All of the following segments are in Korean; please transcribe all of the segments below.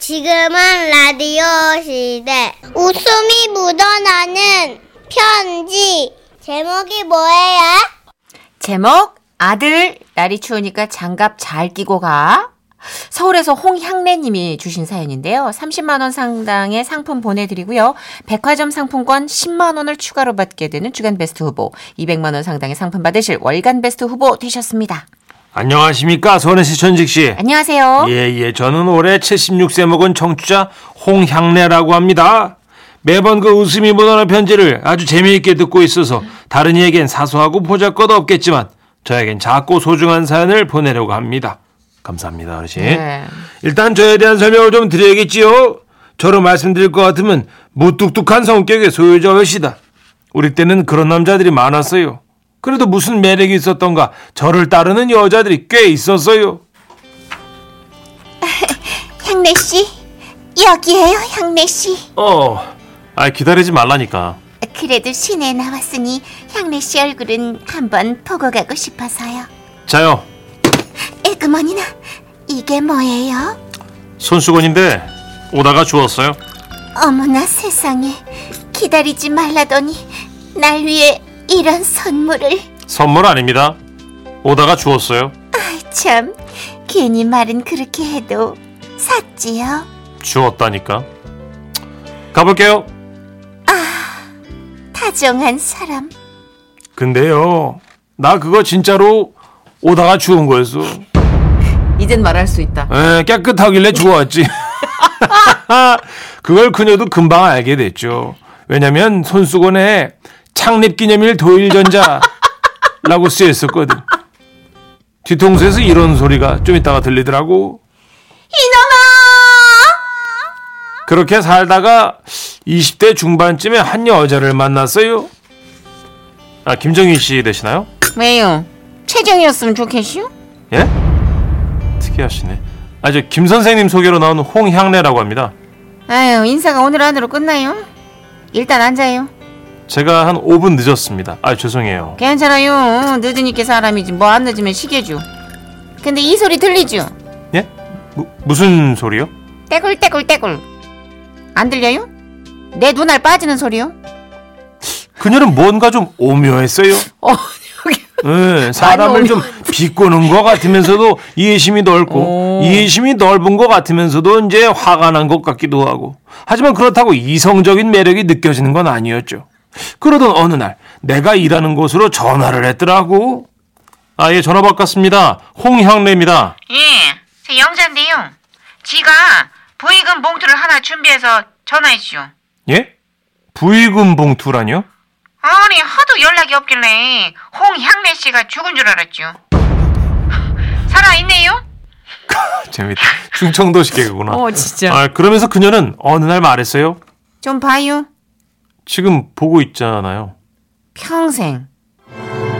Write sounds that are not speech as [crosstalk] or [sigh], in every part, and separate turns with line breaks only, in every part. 지금은 라디오 시대. 웃음이 묻어나는 편지. 제목이 뭐예요?
제목 아들 날이 추우니까 장갑 잘 끼고 가. 서울에서 홍향래님이 주신 사연인데요. 30만 원 상당의 상품 보내드리고요. 백화점 상품권 10만 원을 추가로 받게 되는 주간 베스트 후보, 200만 원 상당의 상품 받으실 월간 베스트 후보 되셨습니다.
안녕하십니까 손혜 씨 천식 씨.
안녕하세요.
예, 예. 저는 올해 76세 먹은 청취자 홍향래라고 합니다. 매번 그 웃음이 묻어나 편지를 아주 재미있게 듣고 있어서 다른 이에겐 사소하고 보잘것 없겠지만 저에겐 작고 소중한 사연을 보내려고 합니다. 감사합니다, 어르신.
네.
일단 저에 대한 설명을 좀 드려야겠지요. 저로 말씀드릴 것 같으면 무뚝뚝한 성격의 소유자 외시다. 우리 때는 그런 남자들이 많았어요. 그래도 무슨 매력이 있었던가 저를 따르는 여자들이 꽤 있었어요.
향래 씨 여기에요, 향래 씨.
어, 아 기다리지 말라니까.
그래도 시내 나왔으니 향래 씨 얼굴은 한번 보고 가고 싶어서요.
자요,
에그머니나 이게 뭐예요?
손수건인데 오다가 주웠어요.
어머나 세상에 기다리지 말라더니 날 위해 이런 선물을
선물 아닙니다. 오다가 주웠어요.
참 괜히 말은 그렇게 해도 샀지요
주웠다니까. 가볼게요.
다정한 사람
근데요, 나 그거 진짜로 오다가 주운 거였어.
이젠 말할 수 있다
에, 예, 깨끗하길래 주워왔지. [laughs] 그걸 그녀도 금방 알게 됐죠. 왜냐면 손수건에 창립기념일 도일전자라고 쓰여있었거든. 뒤통수에서 이런 소리가 좀 이따가 들리더라고.
이놈아
그렇게 살다가 20대 중반쯤에 한 여자를 만났어요. 아, 김정희 씨 되시나요?
왜요 최정이었으면 좋겠슈
예? 특이하시네. 아, 저 김 선생님 소개로 나온 홍향래라고 합니다.
아유 인사가 오늘 안으로 끝나요 일단 앉아요
제가 한 5분 늦었습니다. 아, 죄송해요.
괜찮아요 늦으니까 사람이지 뭐 안 늦으면 시계죠 근데 이 소리 들리죠
예? 무, 무슨 소리요?
떼굴떼굴떼굴 안 들려요? 내 눈알 빠지는 소리요?
그녀는 뭔가 좀 오묘했어요.
어,
예, 사람을
많이
좀 비꼬는 것 같으면서도 이해심이 넓고 이해심이 넓은 것 같으면서도 이제 화가 난 것 같기도 하고 하지만 그렇다고 이성적인 매력이 느껴지는 건 아니었죠. 그러던 어느 날 내가 일하는 곳으로 전화를 했더라고. 아, 예, 전화 바꿨습니다. 홍향래입니다.
예, 제 영자인데요. 지가 보이금 봉투를 하나 준비해서 전화했죠.
예? 부의금 봉투라뇨? [laughs]
아니 하도 연락이 없길래 홍향래 씨가 죽은 줄 알았죠. 살아 있네요.
재밌다. 충청도식 개그구나.
어, 진짜.
아, 그러면서 그녀는 어느 날 말했어요.
좀 봐요.
지금 보고 있잖아요.
평생.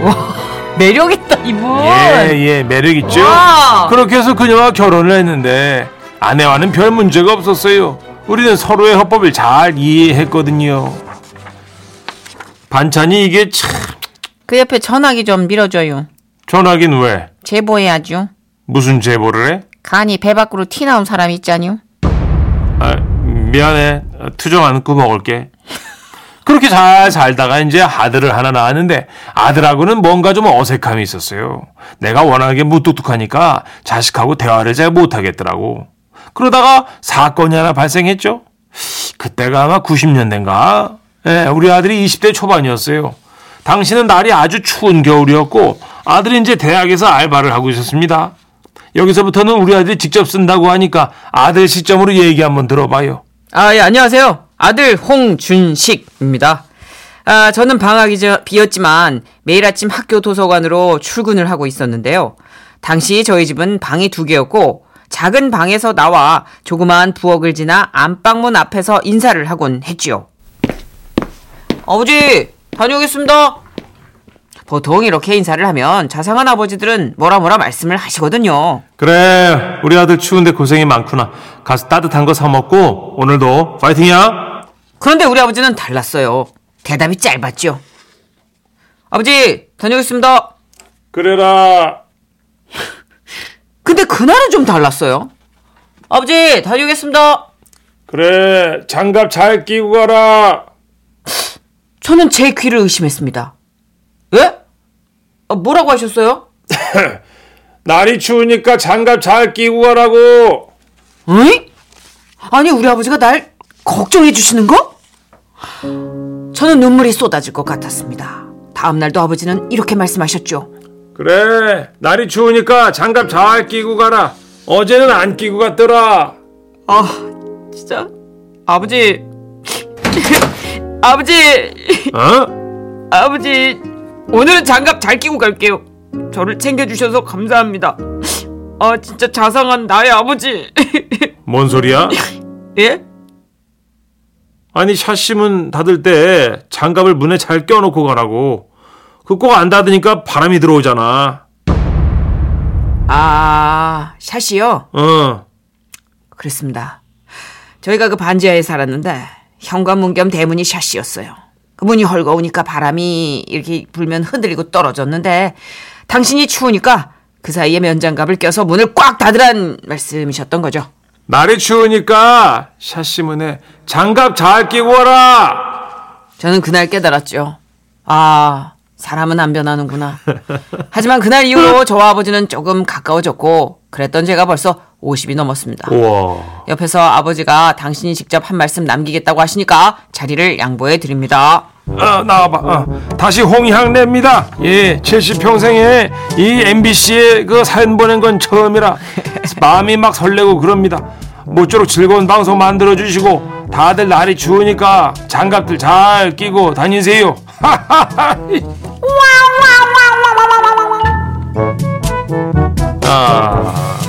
와, 매력있다, 이분.
예, 예, 매력 있죠.
와.
어!
그렇게 해서 그녀와 결혼을 했는데 아내와는 별 문제가 없었어요. 우리는 서로의 허법을 잘 이해했거든요. 반찬이 이게 참
그 옆에 전화기 좀 밀어줘요.
전화긴 왜?
제보해야죠.
무슨 제보를 해?
간이 배 밖으로 티 나온 사람 있잖요.
아, 미안해. 아, 투정 안고 먹을게. 그렇게 잘 살다가 이제 아들을 하나 낳았는데 아들하고는 뭔가 좀 어색함이 있었어요. 내가 워낙에 무뚝뚝하니까 자식하고 대화를 잘 못하겠더라고. 그러다가 사건이 하나 발생했죠. 그때가 아마 90년대인가? 예, 우리 아들이 20대 초반이었어요. 당시는 날이 아주 추운 겨울이었고 아들이 이제 대학에서 알바를 하고 있었습니다. 여기서부터는 우리 아들이 직접 쓴다고 하니까 아들 시점으로 얘기 한번 들어봐요.
아, 예, 안녕하세요. 아들 홍준식입니다. 아, 저는 방학이 저- 비었지만 매일 아침 학교 도서관으로 출근을 하고 있었는데요. 당시 저희 집은 방이 두 개였고 작은 방에서 나와 조그마한 부엌을 지나 안방문 앞에서 인사를 하곤 했지요. 아버지, 다녀오겠습니다. 보통 이렇게 인사를 하면 자상한 아버지들은 뭐라 뭐라 말씀을 하시거든요.
그래, 우리 아들 추운데 고생이 많구나. 가서 따뜻한 거 사 먹고 오늘도 파이팅이야.
그런데 우리 아버지는 달랐어요. 대답이 짧았죠. 아버지, 다녀오겠습니다.
그래라.
근데 그날은 좀 달랐어요.
아버지, 다녀오겠습니다.
그래, 장갑 잘 끼고 가라.
저는 제 귀를 의심했습니다. 예? 아, 뭐라고 하셨어요?
날이 추우니까 장갑 잘 끼고 가라고.
응? 아니, 우리 아버지가 날 걱정해 주시는 거? 저는 눈물이 쏟아질 것 같았습니다. 다음날도 아버지는 이렇게 말씀하셨죠.
그래, 날이 추우니까 장갑 잘 끼고 가라. 어제는 안 끼고 갔더라.
아, 진짜. 아버지. [laughs] 아버지.
어?
아버지 오늘은 장갑 잘 끼고 갈게요 저를 챙겨주셔서 감사합니다 아 진짜 자상한 나의 아버지 [laughs]
뭔 소리야?
예?
아니, 샷심은 닫을 때 장갑을 문에 잘 껴놓고 가라고. 그 꼭 안 닫으니까 바람이 들어오잖아.
아 샷이요?
어.
그렇습니다 저희가 그 반지하에 살았는데 현관문 겸 대문이 샷이었어요 그 문이 헐거우니까 바람이 이렇게 불면 흔들리고 떨어졌는데 당신이 추우니까 그 사이에 면장갑을 껴서 문을 꽉 닫으란 말씀이셨던 거죠
날이 추우니까 샷시문에 장갑 잘 끼고 와라.
저는 그날 깨달았죠. 아, 사람은 안 변하는구나. 하지만 그날
[laughs]
이후로 저와 아버지는 조금 가까워졌고, 그랬던 제가 벌써 50이 넘었습니다.
우와.
옆에서 아버지가 당신이 직접 한 말씀 남기겠다고 하시니까 자리를 양보해 드립니다.
아, 나와봐. 아, 다시 홍향내입니다. 예, 70평생에 이 MBC에 그 사연 보낸 건 처음이라 마음이 막 설레고 그럽니다. 모쪼록 즐거운 방송 만들어 주시고 다들 날이 추우니까 장갑들 잘 끼고 다니세요. [laughs] 아,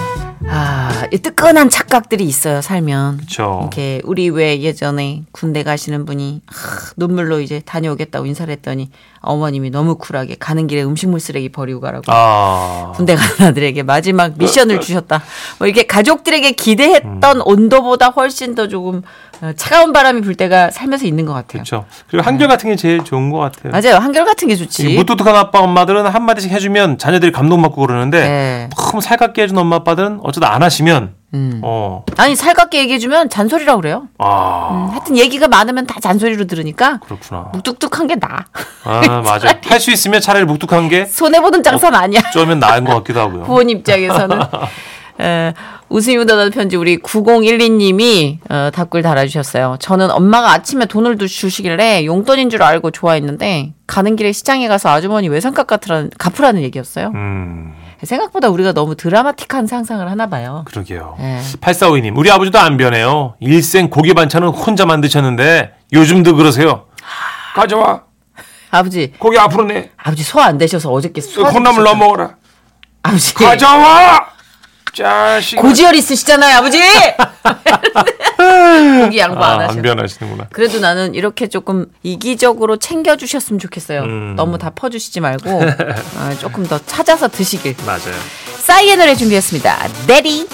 아, 이 뜨끈한 착각들이 있어요, 살면.
그쵸.
이렇게 우리 왜 예전에 군대 가시는 분이 하, 눈물로 이제 다녀오겠다고 인사를 했더니 어머님이 너무 쿨하게 가는 길에 음식물 쓰레기 버리고 가라고.
아,
군대 간 아들에게 마지막 미션을 주셨다. 뭐 이렇게 가족들에게 기대했던 온도보다 훨씬 더 조금 어, 차가운 바람이 불 때가 살면서 있는 것 같아요.
그렇죠. 그리고 한결 같은 게 제일 좋은 것 같아요.
네. 맞아요. 한결 같은 게
이
좋지.
무뚝뚝한 아빠 엄마들은 한 마디씩 해주면 자녀들이 감동받고 그러는데
네.
너무 살갑게 해준 엄마 아빠들은 어쩌다 안 하시면
음.
어.
아니 살갑게 얘기해주면 잔소리라고 그래요.
아
음, 하여튼 얘기가 많으면 다 잔소리로 들으니까
그렇구나.
묵뚝뚝한 게 나. [laughs] 네,
아 맞아. 할 수 있으면 차라리 묵뚝한 게
손해 보는 장사는 아니야.
어쩌면 나은 것 같기도 하고요.
부모님
[laughs]
입장에서는. 에, 웃음이 묻어나는 편지 우리 9012님이 어, 답글 달아주셨어요. 저는 엄마가 아침에 돈을 두- 주시길래 용돈인 줄 알고 좋아했는데 가는 길에 시장에 가서 아주머니 외상값 같으라는, 갚으라는 얘기였어요.
음
생각보다 우리가 너무 드라마틱한 상상을 하나 봐요.
그러게요.
예.
8452님 우리 아버지도 안 변해요. 일생 고기 반찬은 혼자 만드셨는데 요즘도 그러세요. 가져와
아버지,
고기 앞으로 내
아버지 소화 안 되셔서 어저께 소화
콩나물 넣어 먹어라.
아버지
그 가져와 자식.
예. 고지혈 있으시잖아요,
[laughs]
아버지. [laughs] 고기 양보 안
아, 안
하셔.
변하시는구나.
그래도 나는 이렇게 조금 이기적으로 챙겨주셨으면 좋겠어요.
음.
너무 다 퍼주시지
[laughs]
말고 어, 조금 더 찾아서 드시길.
맞아요.
싸이의 노래 준비했습니다. 데리.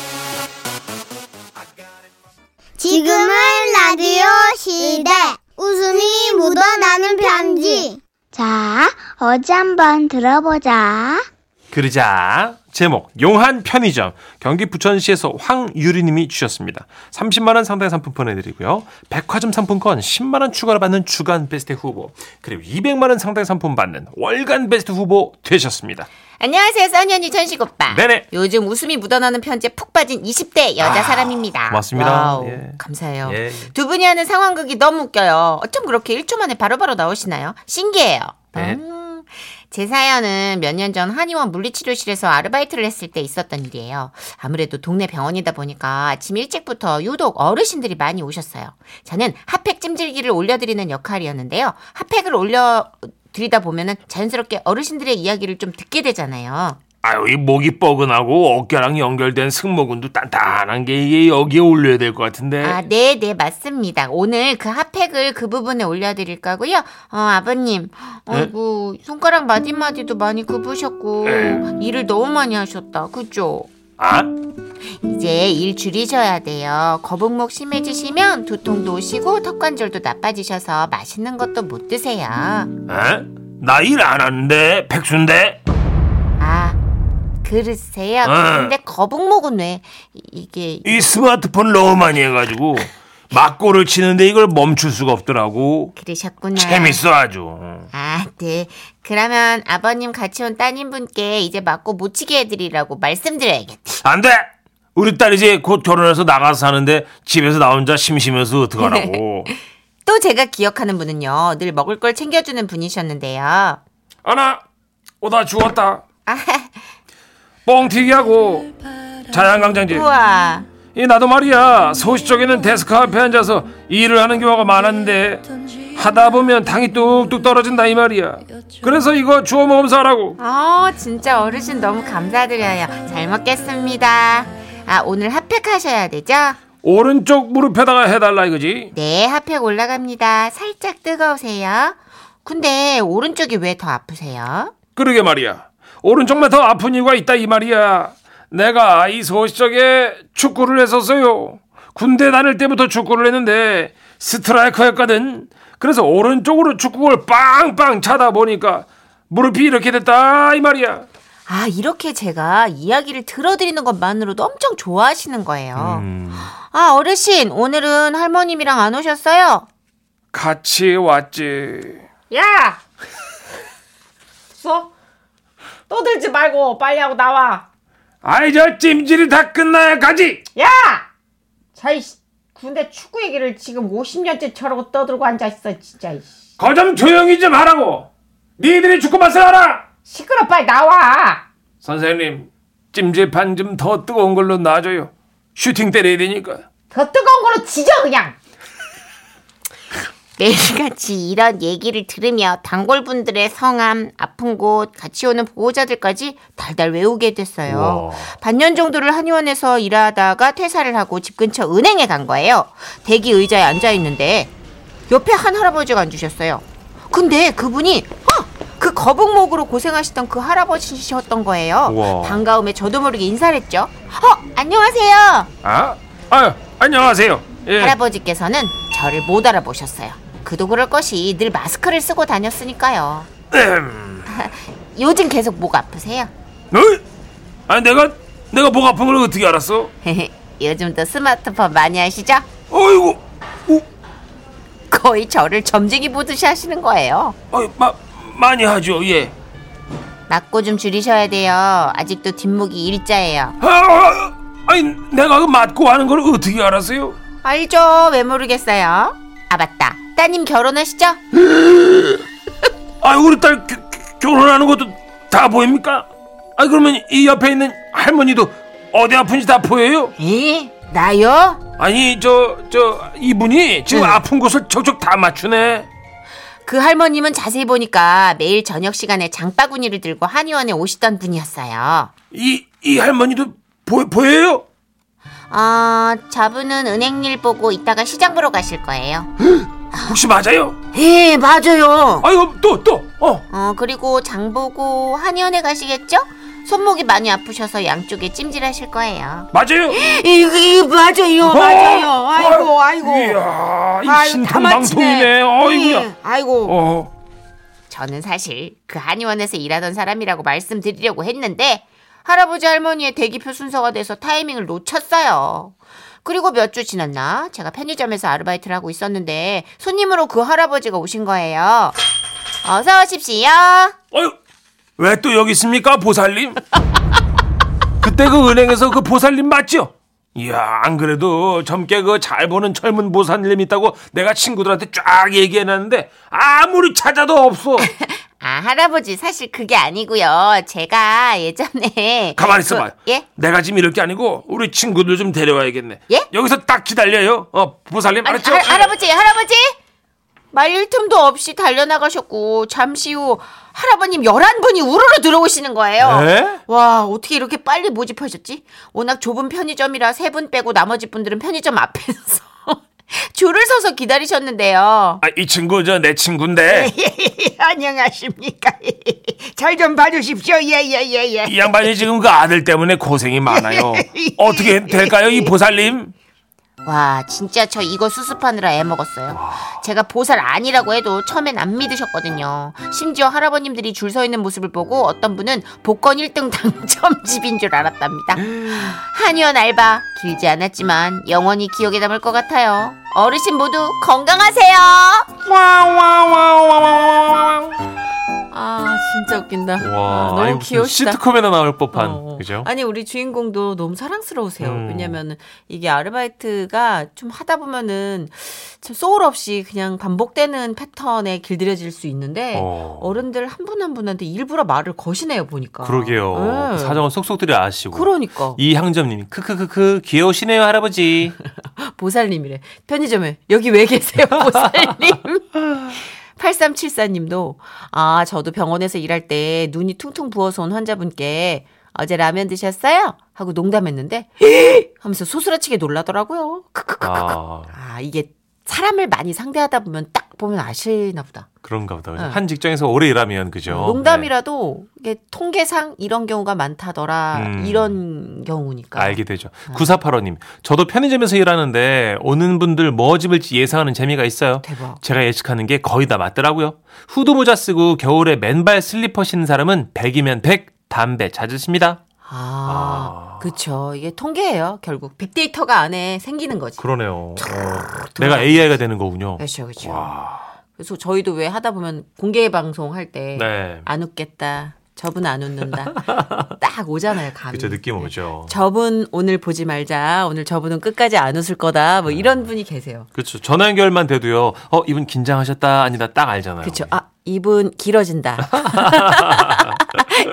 지금은 라디오 시대. 웃음이 묻어나는 편지. 자, 어제 한번 들어보자.
그러자 제목 용한 편의점 경기 부천시에서 황유리님이 주셨습니다. 30만 원 상당의 상품 보내드리고요. 백화점 상품권 10만 원 추가로 받는 주간 베스트 후보 그리고 200만 원 상당의 상품 받는 월간 베스트 후보 되셨습니다.
안녕하세요, 써니 언니 전식 오빠.
네네.
요즘 웃음이 묻어나는 편지에 푹 빠진 20대 여자 사람입니다.
고맙습니다.
와우,
예.
감사해요.
예, 예.
두 분이 하는 상황극이 너무 웃겨요. 어쩜 그렇게 1초 만에 바로바로 나오시나요? 신기해요.
네.
음, 제 사연은 몇 년 전 한의원 물리치료실에서 아르바이트를 했을 때 있었던 일이에요. 아무래도 동네 병원이다 보니까 아침 일찍부터 유독 어르신들이 많이 오셨어요. 저는 핫팩 찜질기를 올려드리는 역할이었는데요. 핫팩을 올려 드리다 보면은 자연스럽게 어르신들의 이야기를 좀 듣게 되잖아요.
아유 이 목이 뻐근하고 어깨랑 연결된 승모근도 단단한 게 이게 여기에 올려야 될 것 같은데.
아, 네, 네, 맞습니다. 오늘 그 핫팩을 그 부분에 올려드릴 거고요. 어, 아버님, 아이고, 손가락 마디마디도 많이 굽으셨고, 일을 너무 많이 하셨다. 그죠?
아?
이제 일 줄이셔야 돼요. 거북목 심해지시면 두통도 오시고 턱관절도 나빠지셔서 맛있는 것도 못 드세요.
나 일 안 하는데 백수인데.
아,
그러세요.
응.
근데 거북목은 왜 이- 이게
이 스마트폰 너무 많이 해가지고 막고를 치는데 이걸 멈출 수가 없더라고.
그러셨구나.
재밌어 아주.
아, 네. 그러면 아버님 같이 온 따님분께 이제 맞고 못 치게 해드리라고 말씀드려야겠다.
안 돼. 우리 딸 이제 곧 결혼해서 나가서 사는데 집에서 나 혼자 심심해서 어떡하라고.
또 제가 기억하는 분은요, 늘 먹을 걸 챙겨주는 분이셨는데요.
아나 오다 죽었다.
아,
뻥튀기하고 자양강장제.
우와.
이 나도 말이야 서울시 쪽에는 데스크 앞에 앉아서 일을 하는 경우가 많았는데 하다 보면 당이 뚝뚝 떨어진다 이 말이야 그래서 이거 주워 먹으면서 하라고
아, 진짜 어르신 너무 감사드려요. 잘 먹겠습니다. 아, 오늘 핫팩 하셔야 되죠?
오른쪽 무릎에다가 해달라 이거지
네, 핫팩 올라갑니다. 살짝 뜨거우세요. 근데 오른쪽이 왜 더 아프세요?
그러게 말이야 오른쪽만 더 아픈 이유가 있다 이 말이야 내가 이 서울시 쪽에 축구를 했었어요 군대 다닐 때부터 축구를 했는데 스트라이커였거든 그래서 오른쪽으로 축구를 빵빵 차다 보니까 무릎이 이렇게 됐다 이 말이야
아, 이렇게 제가 이야기를 들어드리는 것만으로도 엄청 좋아하시는 거예요. 아, 어르신, 오늘은 할머님이랑 안 오셨어요?
같이 왔지
야! [laughs] 써? 떠들지 말고 빨리 하고 나와.
아이 저 찜질이 다 끝나야 가지
야! 자이 군대 축구 얘기를 지금 50년째 저러고 떠들고 앉아 있어 진짜. 이씨.
거 좀 조용히 좀 하라고 니들이 죽고 맛을 알아
시끄러 빨리 나와.
선생님 찜질판 좀 더 뜨거운 걸로 놔줘요 슈팅 때려야 되니까
더 뜨거운 걸로 지져 그냥.
[laughs] 매일같이 이런 얘기를 들으며 단골분들의 성함, 아픈 곳, 같이 오는 보호자들까지 달달 외우게 됐어요. 반년 정도를 한의원에서 일하다가 퇴사를 하고 집 근처 은행에 간 거예요. 대기 의자에 앉아 있는데 옆에 한 할아버지가 앉으셨어요. 근데 그분이 어! 그 거북목으로 고생하시던 그 할아버지셨던 거예요.
우와.
반가움에 저도 모르게 인사를 했죠. 어, 안녕하세요.
아? 아유 안녕하세요 예.
할아버지께서는 저를 못 알아보셨어요. 그도 그럴 것이 늘 마스크를 쓰고 다녔으니까요. 요즘 계속 목 아프세요?
[clears throat]
[laughs]
어? 아 내가 내가 목 아픈 걸 어떻게 알았어?
요즘도 스마트폰 많이 하시죠?
어이구 어,
거의 저를 점쟁이 보듯이 하시는 거예요.
어이, 마, 많이 하죠 예
맞고 좀 줄이셔야 돼요. 아직도 뒷목이 일자예요.
아, 아, 아니 내가 그 맞고 하는 걸 어떻게 알았어요?
알죠? 왜 모르겠어요? 아 맞다. 따님 결혼하시죠?
아 우리 딸 겨- 겨- 결혼하는 것도 다 보입니까? 아 그러면 이 옆에 있는 할머니도 어디 아픈지 다 보여요?
에? 나요?
아니 저 저 이분이 지금
네.
아픈 곳을 척척 다 맞추네.
그 할머님은 자세히 보니까 매일 저녁 시간에 장바구니를 들고 한의원에 오시던 분이었어요.
이 이 할머니도 보, 보여요?
아, 자부는 은행 일 보고 이따가 시장 보러 가실 거예요.
혹시 맞아요?
예, 맞아요.
아유 또또어
어, 그리고 장 보고 한의원에 가시겠죠? 손목이 많이 아프셔서 양쪽에 찜질하실 거예요.
맞아요.
이거, 이거 맞아요 맞아요.
어,
아이고 아이고.
이야
아유,
이
다
신통방통이네.
맞히네.
어이구야.
예, 아이고.
어
저는 사실 그 한의원에서 일하던 사람이라고 말씀드리려고 했는데 할아버지 할머니의 대기표 순서가 돼서 타이밍을 놓쳤어요. 그리고 몇 주 지났나 제가 편의점에서 아르바이트를 하고 있었는데 손님으로 그 할아버지가 오신 거예요. 어서 오십시오. 아,
어유 왜 또 여기 있습니까 보살님? [laughs] 그때 그 은행에서 그 보살님 맞죠? 이야 안 그래도 젊게 그 잘 보는 젊은 보살님 있다고 내가 친구들한테 쫙 얘기해놨는데 아무리 찾아도
[laughs]
없어.
아 할아버지 사실 그게 아니고요. 제가 예전에
[laughs] 가만 있어봐. 요
그- 예?
내가 지금 이럴 게 아니고 우리 친구들 좀 데려와야겠네.
예?
여기서 딱 기다려요. 어 보살님
아니,
알았죠?
할- 할아버지, 할아버지! 말릴 틈도 없이 달려나가셨고, 잠시 후 할아버님 11분이 우르르 들어오시는 거예요.
에?
와, 어떻게 이렇게 빨리 모집하셨지? 워낙 좁은 편의점이라 세 분 빼고 나머지 분들은 편의점 앞에서 [laughs] 줄을 서서
[laughs]
기다리셨는데요.
아, 이 친구 저 내 친구인데
안녕하십니까. [laughs] 잘 좀 봐주십시오. 예, 예, 예, 예.
이 양반이 지금 그 아들 때문에 고생이 많아요. 어떻게 될까요 이 보살님?
와 진짜 저 이거 수습하느라 애먹었어요 제가 보살 아니라고 해도 처음엔 안 믿으셨거든요 심지어 할아버님들이 줄 서 있는 모습을 보고 어떤 분은 복권 1등 당첨집인 [laughs] 줄 알았답니다 한의원 알바 길지 않았지만 영원히 기억에 남을 것 같아요 어르신 모두 건강하세요
아 진짜 웃긴다. 아,
와,
너무
아니, 무슨
귀여우시다.
시트콤에나 나올 법한
어, 어.
그죠?
아니 우리 주인공도 너무 사랑스러우세요.
음.
왜냐면은 이게 아르바이트가 좀 하다 보면은 참 소울 없이 그냥 반복되는 패턴에 길들여질 수 있는데
어.
어. 른들 한 분 한 분한테 일부러 말을 거시네요 보니까.
그러게요.
예.
사정은 속속들이 아시고.
그러니까
이항점님이 크크크크
[laughs]
귀여우시네요 할아버지.
보살님이래. 편의점에 여기 왜
[laughs]
계세요 보살님? 8374님도 아 저도 병원에서 일할 때 눈이 퉁퉁 부어서 온 환자분께 어제 라면 드셨어요? 하고 농담했는데 "에이!" 하면서 소스라치게 놀라더라고요. 크크크크.
아
아 이게 사람을 많이 상대하다 보면 딱 보면 아시나 보다.
그런가 보다.
예.
한 직장에서 오래 일하면 그죠.
농담이라도 이게 통계상 이런 경우가 많다더라
음.
이런 경우니까.
네, 알게 되죠. 9485님, 저도 편의점에서 일하는데 오는 분들 뭐 집을지 예상하는 재미가 있어요.
대박.
제가 예측하는 게 거의 다 맞더라고요. 후드 모자 쓰고 겨울에 맨발 슬리퍼 신는 사람은 100이면 100, 담배 찾으십니다.
아,
아.
그쵸. 이게 통계예요. 결국 빅데이터가 안에 생기는 거지.
그러네요. 내가 AI가 되는 거군요.
그렇죠, 그렇죠. 그래서 저희도 왜 하다 보면 공개 방송 할 때 안
네.
웃겠다. 저분 안
[laughs]
웃는다. 딱 오잖아요, 네. 감이.
그쵸, 느낌 오죠.
저분 오늘 보지 말자. 오늘 저분은 끝까지 안 웃을 거다.
네.
뭐 이런 분이 계세요.
그렇죠. 전화 연결만 돼도요. 어, 이분 긴장하셨다 아니다 딱 알잖아요.
그렇죠. 아, 이분
[laughs]
길어진다. [laughs]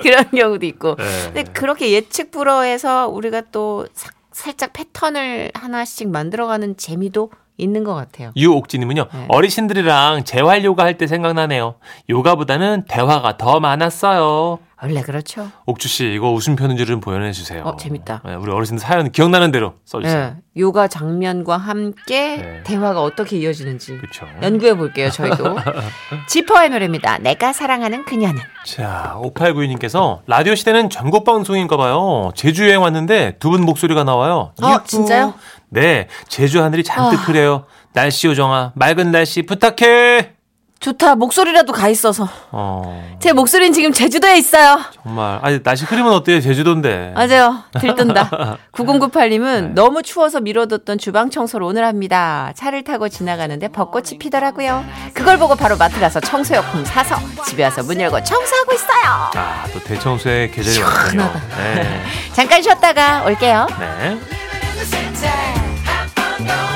그런 경우도 있고.
네.
근데 그렇게 예측 불허에서 우리가 또 사- 살짝 패턴을 하나씩 만들어가는 재미도 있는 것 같아요.
유옥진님은요
네.
어르신들이랑 재활 요가 할 때 생각나네요. 요가보다는 대화가 더 많았어요.
원래 그렇죠.
옥주 씨 이거 웃음 편지를 좀 보내해 주세요.
어, 재밌다.
네, 우리 어르신들 사연 기억나는 대로 써주세요.
예, 요가 장면과 함께
그렇죠. 네.
대화가 어떻게 이어지는지
그렇죠.
연구해 볼게요,
[laughs]
저희도. 지퍼의 노래입니다. 내가 사랑하는 그녀는.
자 5892님께서 라디오 시대는 전국 방송인가 봐요. 제주 여행 왔는데 두 분 목소리가 나와요.
어,
유후.
진짜요? 아.
네 제주 하늘이 잔뜩 흐려요. 날씨 요정아 맑은 날씨 부탁해.
좋다. 목소리라도 가 있어서.
어
제 목소리는 지금 제주도에 있어요.
정말 아니 날씨 흐리면 어때요 제주도인데.
맞아요. 들뜬다. 9098님은 너무 추워서 미뤄뒀던 주방 청소를 오늘 합니다. 차를 타고 지나가는데 벚꽃이 피더라고요. 그걸 보고 바로 마트 가서 청소용품 사서 집에 와서 문 열고 청소하고 있어요.
아또 대청소의 계절이 왔군요. 네.
잠깐 쉬었다가 올게요.
네.
Have fun, go